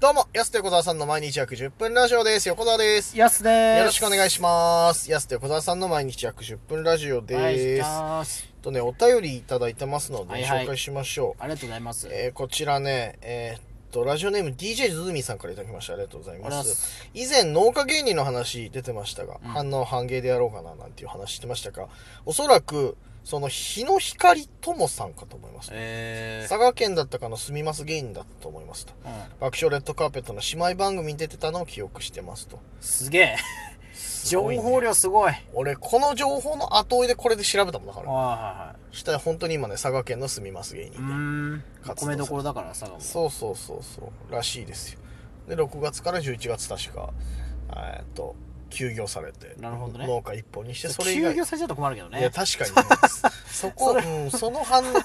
どうも、安手小沢さんの毎日約10分ラジオです。横澤です。やすです。よろしくお願いしします。安手小沢さんの毎日約10分ラジオです。ます。とね、お便りいただいてますので、はいはい紹介しましょう。ありがとうございます。えーこちらね、えーっと、ラジオネーム DJ ズズミさんからいただきました。ありがとうございま。ありがとうございます以前、農家芸人の話出てましたが、うん反応半芸でやろうかな、なんていう話してましたが、おそらく、その、日の光友さんかと思います。え佐賀県だったかの住みます芸人だったと思いますと。ー、うん、爆笑レッドカーペットの姉妹番組に出てたのを記憶してますと。すげえ。す情ごいね報量すごい。俺、この情報の後追いでこれで調べたもんだから。はしたら本当に今ね、佐賀県の住みます芸いはいはい。う人で。ーん。活動米どころだから、佐賀も。そうそうそうそう。らしいですよ。で、6月から11月確か、えーっと、休業されて。なるほどね農家一本にして、それ以休外。業されちゃうと困るけどいや、ね。確かにね、 そこ、うん、その反応、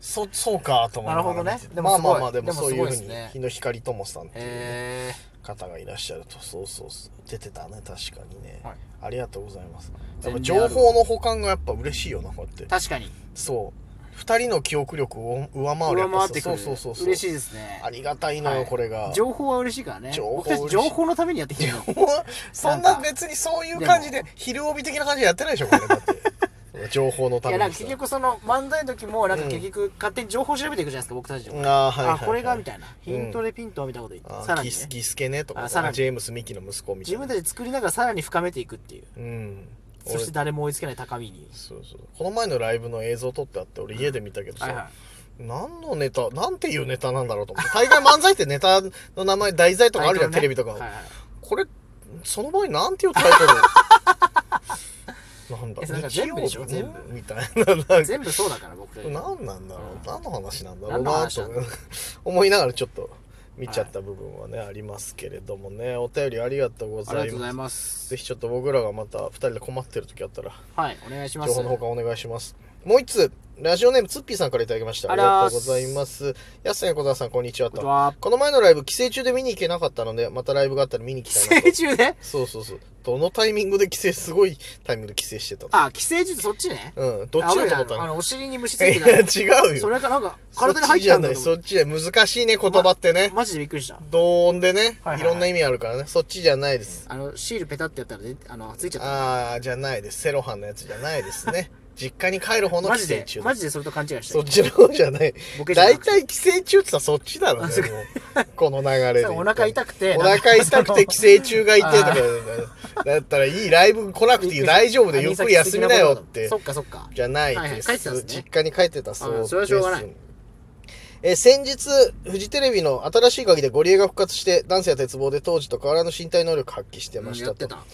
そ、 そうか、と思いながらなるほどね見てでまもあすまごいあまあ、でもでもそうすいうごふいでうすにね、日の光友さんっていうねえ方がいらっしゃるとそうそうそう出てたね確かにね、はいありがとうございますやっぱ全然情ある報の保管がやっぱ嬉しいよなこうやっー、て確かに。そう2人の記憶力を上回るや上っぱ回ってくる。そうそうそうそう嬉しいですね。ありがたいのよ、はいこれが情報は嬉しいからね。情報僕たち嬉しい情報のためにやってきてる。 そんななんか別にそういう感じで昼帯的な感じでやってないでしょ これだってその情報のいたや、めなんにかさ結局その漫才の時も、なんうかん結局勝手に情報調べていくじゃないですか、僕たちでも。あーはいはい、あ、はい、これがみたいな。うんヒントでピントみたいなこと言って。さあらーにギね。スギスケねとかあさらにジェームス・ミキの息子みたい自な分たちで作りながらさらに深めていくっていう。うんそして俺誰も追いつけない高みに。そうそうこの前のライブの映像撮ってあって俺家で見たけどさ、はいはい。何のネタ、なんていうネタなんだろうと思って。大概漫才ってネタの名前、題材とかあるじゃん、タテレイトルねビとかの。はいはいこれ、その場合なんていうタイトルなんだえそれなんか全部でしょ日曜日全部みたいな。なんか全部そうだから僕たち。何なんだろう何の話なんだろう何のな話となんだろう思いながらちょっと見ちゃった部分はね、ありますけれどもね。お便りありがとうごありざがというござまいす。ますぜ。ひちょっと僕らがまた2人で困ってる時あったら、はい、お願いします。情報のほかお願いします。もう一つ、ラジオネームツッピーさんからいただきました。あありらーがとうございます。安さん、横澤さん、こんにちはことんにち。は。この前のライブ、寄生虫で見に行けなかったので、またライブがあったら見に行寄きたいなと生。虫ね。そうそうそう。どのタイミングで寄生、すごいタイミングで寄生してたのあ、寄生虫ってそっちね。うん、どっちだと思ったあのの、お尻に虫ついいてや、た。違うそよ。れかなんか、そっ体に入ちっじてゃたんなだい、よ。そっちじゃない。難しいね、言葉ってね。マジでびっくりした。同音でねはいはいは、いいろんな意味あるからね。そっちじゃないです。あの、シールペタってやったらね、あの、ついちゃっあー、じゃないです。セロハンのやつじゃないですね。 実家に帰る方た。のマ寄ジ生で虫、マジでそれと勘違いしてそっちの方じゃない。ボケじゃな大くて体寄生虫ってさ、そっちなのね、もうこの流れで。た。お腹痛くて。お腹痛くて寄生虫がいてとかあ、 だったらいいライブ来なくていい、大丈夫でゆっくり休みなよってそ、っかそっか。じゃないはいはでいす。帰ってたんですね実家に帰ってたそうです。あそれはしょうがないえー先日、フジテレビの新しい鍵でゴリエが復活して、ダンスや鉄棒で当時と変わらぬ身体能力発揮してまうんしやたってと。た。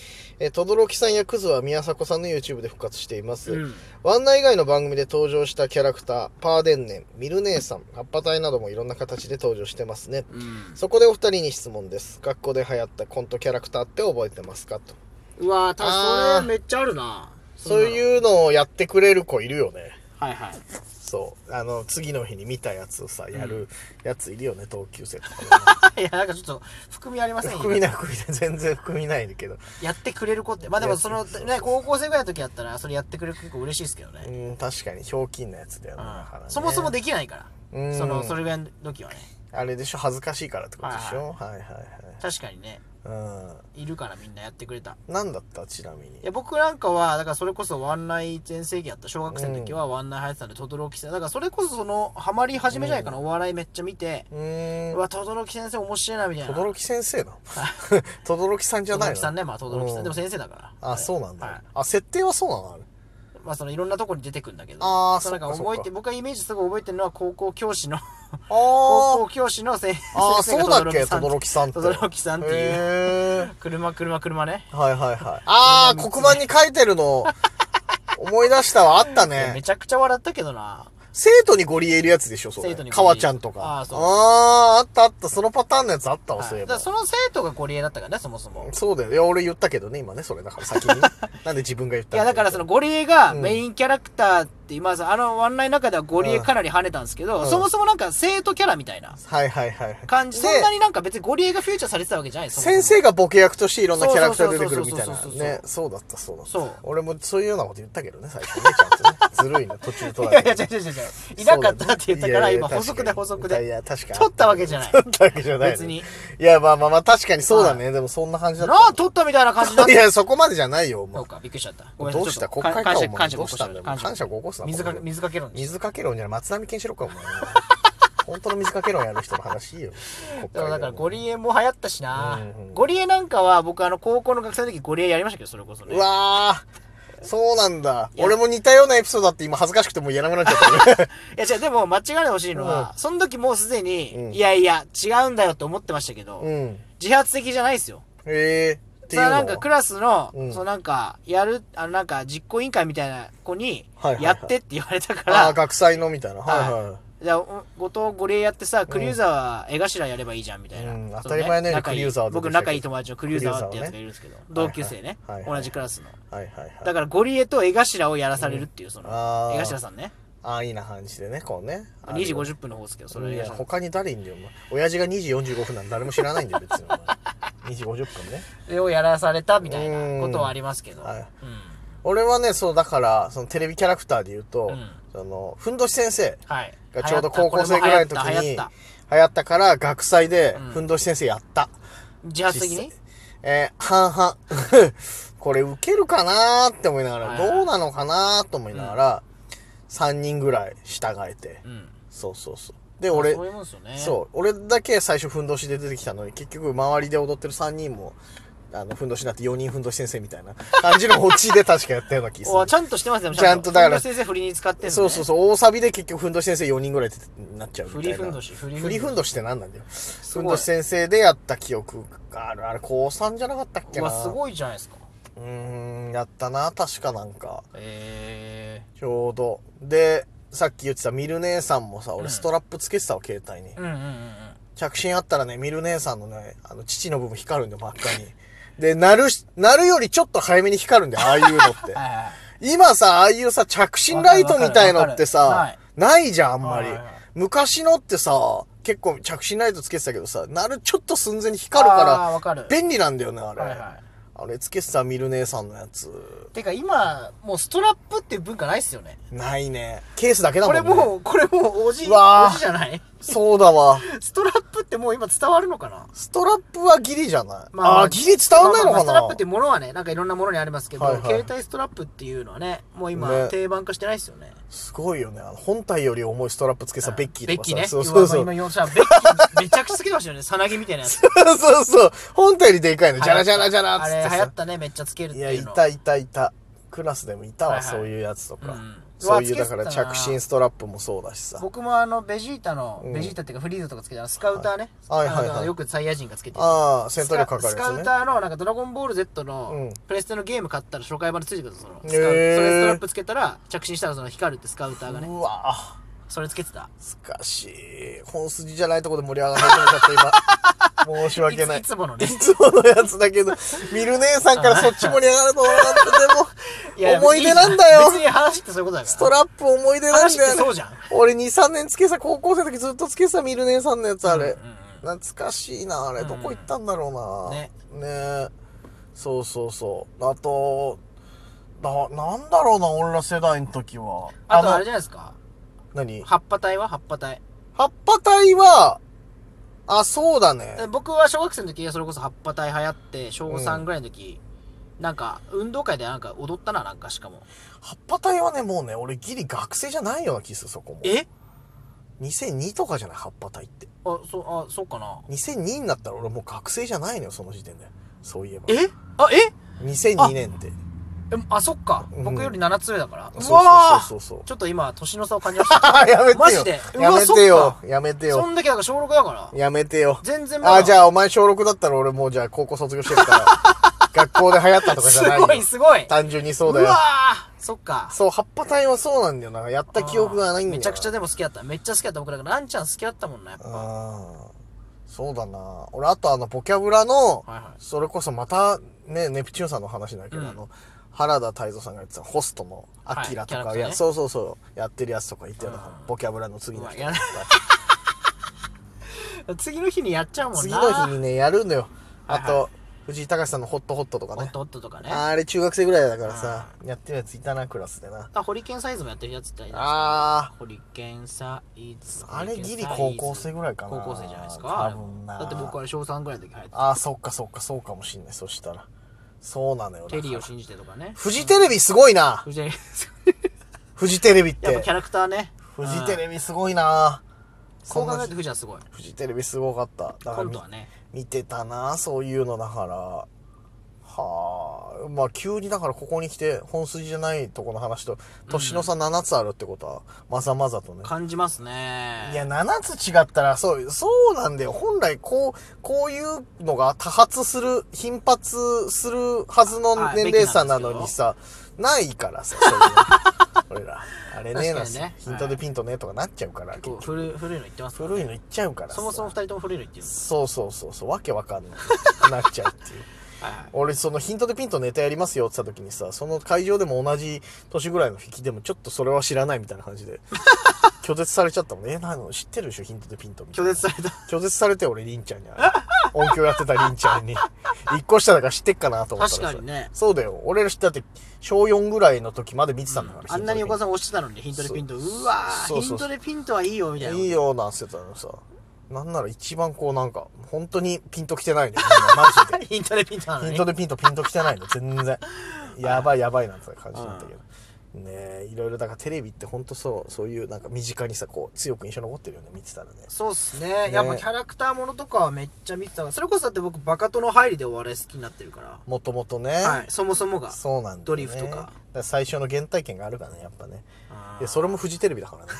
えー、轟さんやクズは宮迫さんの YouTube で復活しています。うん。ワンナ以外の番組で登場したキャラクター、パーデンネン、ミル姉さん、葉っぱ隊などもいろんな形で登場してますね。うん。そこでお二人に質問です。学校で流行ったコントキャラクターって覚えてますかと。うわー、たあーそれめっちゃあるな。そうう。いうのをやってくれる子いるよね。はいはい。そう。あの、次の日に見たやつをさ、やるやついるよね、同級生とかね。 いや、なんかちょっと、含みありませんよ含みない、含みない。全然含みないけど。やってくれる子って。まあでも、その、ね、高校生ぐらいの時やったら、それやってくれる子結構嬉しいですけどうね。ん、確かに、ひょうきんなやつだよね。だからねそもそもできないかうんら。その、それぐらいの時はね。あれでしょ、恥ずかしいからってことでしょ。はいはい確かにね、はい。うん。いるからみんなやってくれた。何だったちなみにいや、僕なんかは、だからそれこそワンナイ全盛期やった。小学生の時はワンナイ流行ってたんで、トトロキ先生。だからそれこそその、ハマり始めじゃないかな。お笑いめっちゃ見て、うーうんわ、トトロキ先生面白いな、みたいな。轟先生なの 轟さんじゃトなドいのロキさんね、まあトドロキさうんん。でも先生だから。あそうなんだ、はいあ設定はそうなのあれまあそのいろんなとこに出てくんだけど。あーそうなんかそっかそっか覚えて、僕がイメージすごい覚えてるのは高校教師 の、あ高校教師の先生あー先生そうだっけが轟轟さんって轟さんっていう。へえ車、車、車ね。 はいはいはいああそんな三つ黒板に書いてる の思い出したわあったいやめねちゃくちゃ笑ったけどな。生徒にゴリエいるやつでしょそれ生徒にゴリエ川ちゃんとかあーそうあーあったあったそのパターンのやつあったわ、はいそういえだからばその生徒がゴリエだったからね、そもそも。そうだよいや俺 言ったけどね今ねそれだから先にねなんで自分が言っいたや、だからそのゴリエがうんメインキャラクターっていう、まずあのワンナイの中ではゴリエかなり跳ねたんですけど、うんそもそもなんか生徒キャラみたいなはいはいはいはい。感じ、でそんなになんか別にゴリエがフューチャーされてたわけじゃないそもそも先生がボケ役としていろんなキャラクター出てくるみたいそなうそうそうそうそうねそうだったそうだったそう俺もそういうようなこと言ったけどね最初ねちゃんとねずるいな途 中といやいや、違う違う違う違う。いなかったって言ったから、今補足で補足いで。や確かに取ったわけじゃない取ったわけじゃない別に。いやまあまあまあ確かにそうだねでもそんな感じだっなあ、取ったみたいな感じになっいて。やそこまでじゃないよお そ前うか、びっくりしちゃった。ごめんなどさいうしたちょっ国と会か感謝お前感謝どうしたんだよ感謝感謝ごこすな水かこれ水かけろんで水かけ論じゃない松並健四郎か お前本当の水かけ論やる人の話いいよ国会だからゴうリエも流行ったしなうんうん。ゴリエなんかは僕あの高校の学生の時ゴリエやりましたけど、それこそね。わーそうなんだいや俺も似たようなエピソードあって今恥ずかしくてもうやらなくなっちゃ ったねいや違う、でも間違いほしいのは、その時もうすでうんに、いやいや、違うんだよって思ってましたけど、うん自発的じゃないですよ。えーってそいうれのははなんかクラスの、うんそのなんか、やる、あのなんか実行委員会みたいな子にはいはいは、いやってって言われたかああらー、学祭のみたいなはいはい、じゃあ、お後藤ゴリエやってさ、クリューザーは江頭やればいいじゃんみたいな。うんそね当たり前のようにクリューザーは出てきたけど僕仲いい友達のクリューザーってやつがいるんですけど、ーね同級生ね、はいはいはいはい同じクラスの。はいはいはい。だからゴリエと江頭をやらされるっていう、その、あー江頭さんね。ああ、いいな感じでね、こうね。 2時50分の方ですけど、それい江や頭さん他に誰いんだよ、お前。親父が2時45分なんて誰も知らないんだよ、 別に。お前2時50分ね。それをやらされたみたいなことはありますけど。はいうん俺はね、そう、だから、そのテレビキャラクターで言うと、うんその、ふんどし先生はい。がちょうど高校生ぐらいの時流行ったに、流流行行った。ったから、学祭でうん、ふんどし先生やった。自発的にえー半々。 これ、ウケるかなーって思いながら、はいはいどうなのかなーって思いながら、3人ぐらい従えて。うん。そうそうそう。で、俺そう、いうもんですよね。そう俺だけ最初ふんどしで出てきたのに結局周りで踊ってる3人もあのふんどしになって4人ふんどし先生みたいな感じのオチで確かやったような気す おちるゃんとしてますね、ちゃんとだから先生振りに使ってんのねそうそうそう大サビで結局ふんどし先生4人ぐらいってなっちゃうみたいな振りふんどし振りふんどしふりふんどしって何なんだよごふいんどし先生でやった記憶があるあれ高3じゃなかったっけうなわ、すごいじゃないですか。うーんやったな確かなんかえちょうどでさっき言ってたミル姉さんもさうん俺ストラップつけてたわ携帯にー。うんうんうんうん。着信あったらね、ミル姉さんのね、あの、父の部分光るんだよ、真っ赤に。で、なるし、なるよりちょっと早めに光るんだよ、ああいうの って。はいはい今さ、ああいうさ、着信ライトみたいのってわかるわかさる、ないじゃん、あんまりはいはいはい。昔のってさ、結構着信ライトつけてたけどさ、なるちょっと寸前に光るあーかわからる、便利なんだよね、あれ。はいはあれつけてたミル姉さんのやつ。い。てか今、もうストラップっていう文化ないっすよね。ないね。ケースだけだもこんね。れもう、これもうおじ、うわおーじじゃないそうだわ。ストラップってもう今伝わるのかなストラップはギリじゃない、ああ、ギリ伝わんないのかな、まあまあストラップってものはね、なんかいろんなものにありますけど、はいはい携帯ストラップっていうのはね、もう今ね定番化してないっすよね。すごいよね。あの本体より重いストラップつけてたベッキーベとかッキさ。ーね。そうそうそう。今、今4社、ベッキー、めちゃくちゃつけてましたよね。さなぎみたいなやつ。 そうそう。本体よりでかいの。じゃらじゃらじゃらっつあっれて流行っさ。たね、めっちゃつけるっていや、いいうの。たいたいた。クラスでもいたわ、はいはいそういうやつとか。うんそういうう、だわつけかてたなら着信ストラップもそうだしさ。僕もあの、ベジータの、うんベジータっていうかフリーザとかつけてあの、スカウターね。はいはいはいあのよくサイヤ人がつけてる。ああ、戦ス闘カ力かかスるカウやターの、なんかドラゴンボール Z のうんプレステのゲーム買ったら初回版でついてくるぞ、その。スカウへーそれストラップつけたら、着信したらその光るってスカウターつがね。ね、うわぁ。それつけてた。難しい。本筋じゃないとこで盛り上がってくれちゃった、 今。申しい訳つないい。つもの ねい。つものやつだけど、ミル姉さんからそっち盛り上がると思わなかった。いでやも、思い出なんだよ別。に話ってそういうことだから。ストラップ思い出なん話ってだよ、ね。そうじゃん。俺2、3年つけてた、高校生の時ずっとつけてたミル姉さんのやつあれ。うんうん懐かしいな、あれ。うんどこ行ったんだろうな。ね。ねえそうそうそう。あと、な、なんだろうな、俺ら世代の時は。あとあれじゃゃないですか。何葉っぱ体は葉っぱ体。葉っぱ隊は、あ、そうだね。僕は小学生の時それこそ葉っぱ体流行って小う3んぐらいの時、なんか運動会でなんか踊ったななんかしかも葉っぱ隊はね、もうね、俺ギリ学生じゃないような気する、そこも。え ?2002 とかじゃない、葉っぱ隊って。あそあそうかな2002になったら俺もう学生じゃないのよ、その時点で。そういえば。えあえ2002年って。えあそっかうん僕より7つ上だから、うそうわそうそうそうそうーちょっと今年の差を感じましたあ やめてよ。マジでうやわめてそっよか。やめてそよ。んだけだから小6だからやめてよ。全然まだあ、じゃあお前小6だったら俺もうじゃあ高校卒業してる から。学校で流行ったとかじゃすないごいよ。すごいう単純にそうだわよ。ーそっかそう、葉っぱ隊はそうなんだよな。やった記憶がないんだよ。めちゃくちゃでも好きだっためっちゃ好きだった僕だからランちゃん好きだったもんなやっぱはあーそうだな。俺あとあの、ボキャブラのい、はいそれこそまた、ね、ネプチューンさんの話だけど、うんあの、原田泰造さんがやってたホストのアキラとか、いはいキャラクターねやそうそうそうやってるやつとかいてだからうんボキャブラの次の日とかうわや 次の日にやっちゃうもんな次の日にねやるのよあはいと藤井隆さんのホットホットとかホねットホットとかねああれ中学生ぐらいだからさやってるやついたなクラスでなホリケンサイズもやってるやつっていないあホリケンサイズあれギリ高校生ぐらいかな高校生じゃないですか多分なだって僕は小3ぐらいの時入ってたああそっかそっかそうかもしんないそしたらそうなのよだからテリーを信じてとかねフジテレビすごいなフジテレビフジテレビっやっぱてキャラクターねフジテビレビすごいなこそうん考えなるとフジはすごいフジテレビすごかっただからコンみトはね見てたなそういうのだからはあまあ急にだからここに来て本筋じゃないとこの話と年の差7つあるってことはまざまざとね感じますねいや、7つ違ったら、そう、そうなんだよ。本来、こう、こういうのが多発する、頻発するはずのはい年齢差なのにさ、ないからさ、そういうの 俺ら。あれねえな確かにねヒントでピントねとかなっちゃうから、結構古い古いの言ってますからね古いのいっちゃうからさそもそも2人とも古いの言ってるんですそうそうそうそう、わけわかんない。なっちゃうっていう。はいはい俺、そのヒントでピントネタやりますよって言った時にさ、その会場でも同じ年ぐらいの引きでも、ちょっとそれは知らないみたいな感じで、 拒絶されちゃったもんね。え、なの知ってるでしょヒントでピントみたい拒な。絶された拒絶されて俺りんちゃんに音響やってたりんちゃんに一個下だから知ってっかなと思ったらさ確かにねそうだよ俺ら知ってだって小4ぐらいの時まで見てたんだから、あんなにヒント横で澤さん押してたのにヒントでピントうわーそうそうそうヒントでピントはいいよみたいないいよなんつってたのさなんなら一番こうなんか本当にピンときてないのよみんなマジでヒントでピントなのヒンにトでピンとピンときて ないの全然やばいやばいなんて感じだったけどねえいろいろだからテレビって本当そうそういうなんか身近にさこう強く印象残ってるよね見てたらねそうっすねやっぱキャラクターものとかはめっちゃ見てたからそれこそだって僕バカ殿入りでお笑い好きになってるかもともとね、らはいそもそもがそうなんだよねドリフとかだら最初の原体験があるからねやっぱねあいや、それもフジテレビだから ね。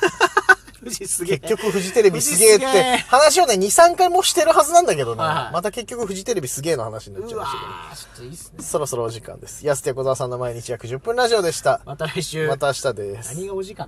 富士すげえ結局フジテレビすげえってフジすげえ、話をね、2、3回もしてるはずなんだけどね。はいまた結局フジテレビすげえの話になっちゃういわましたけーちょっといいっすねど。そろそろお時間です。安手小沢さんの毎日約10分ラジオでした。また来週また明日です。何がお時間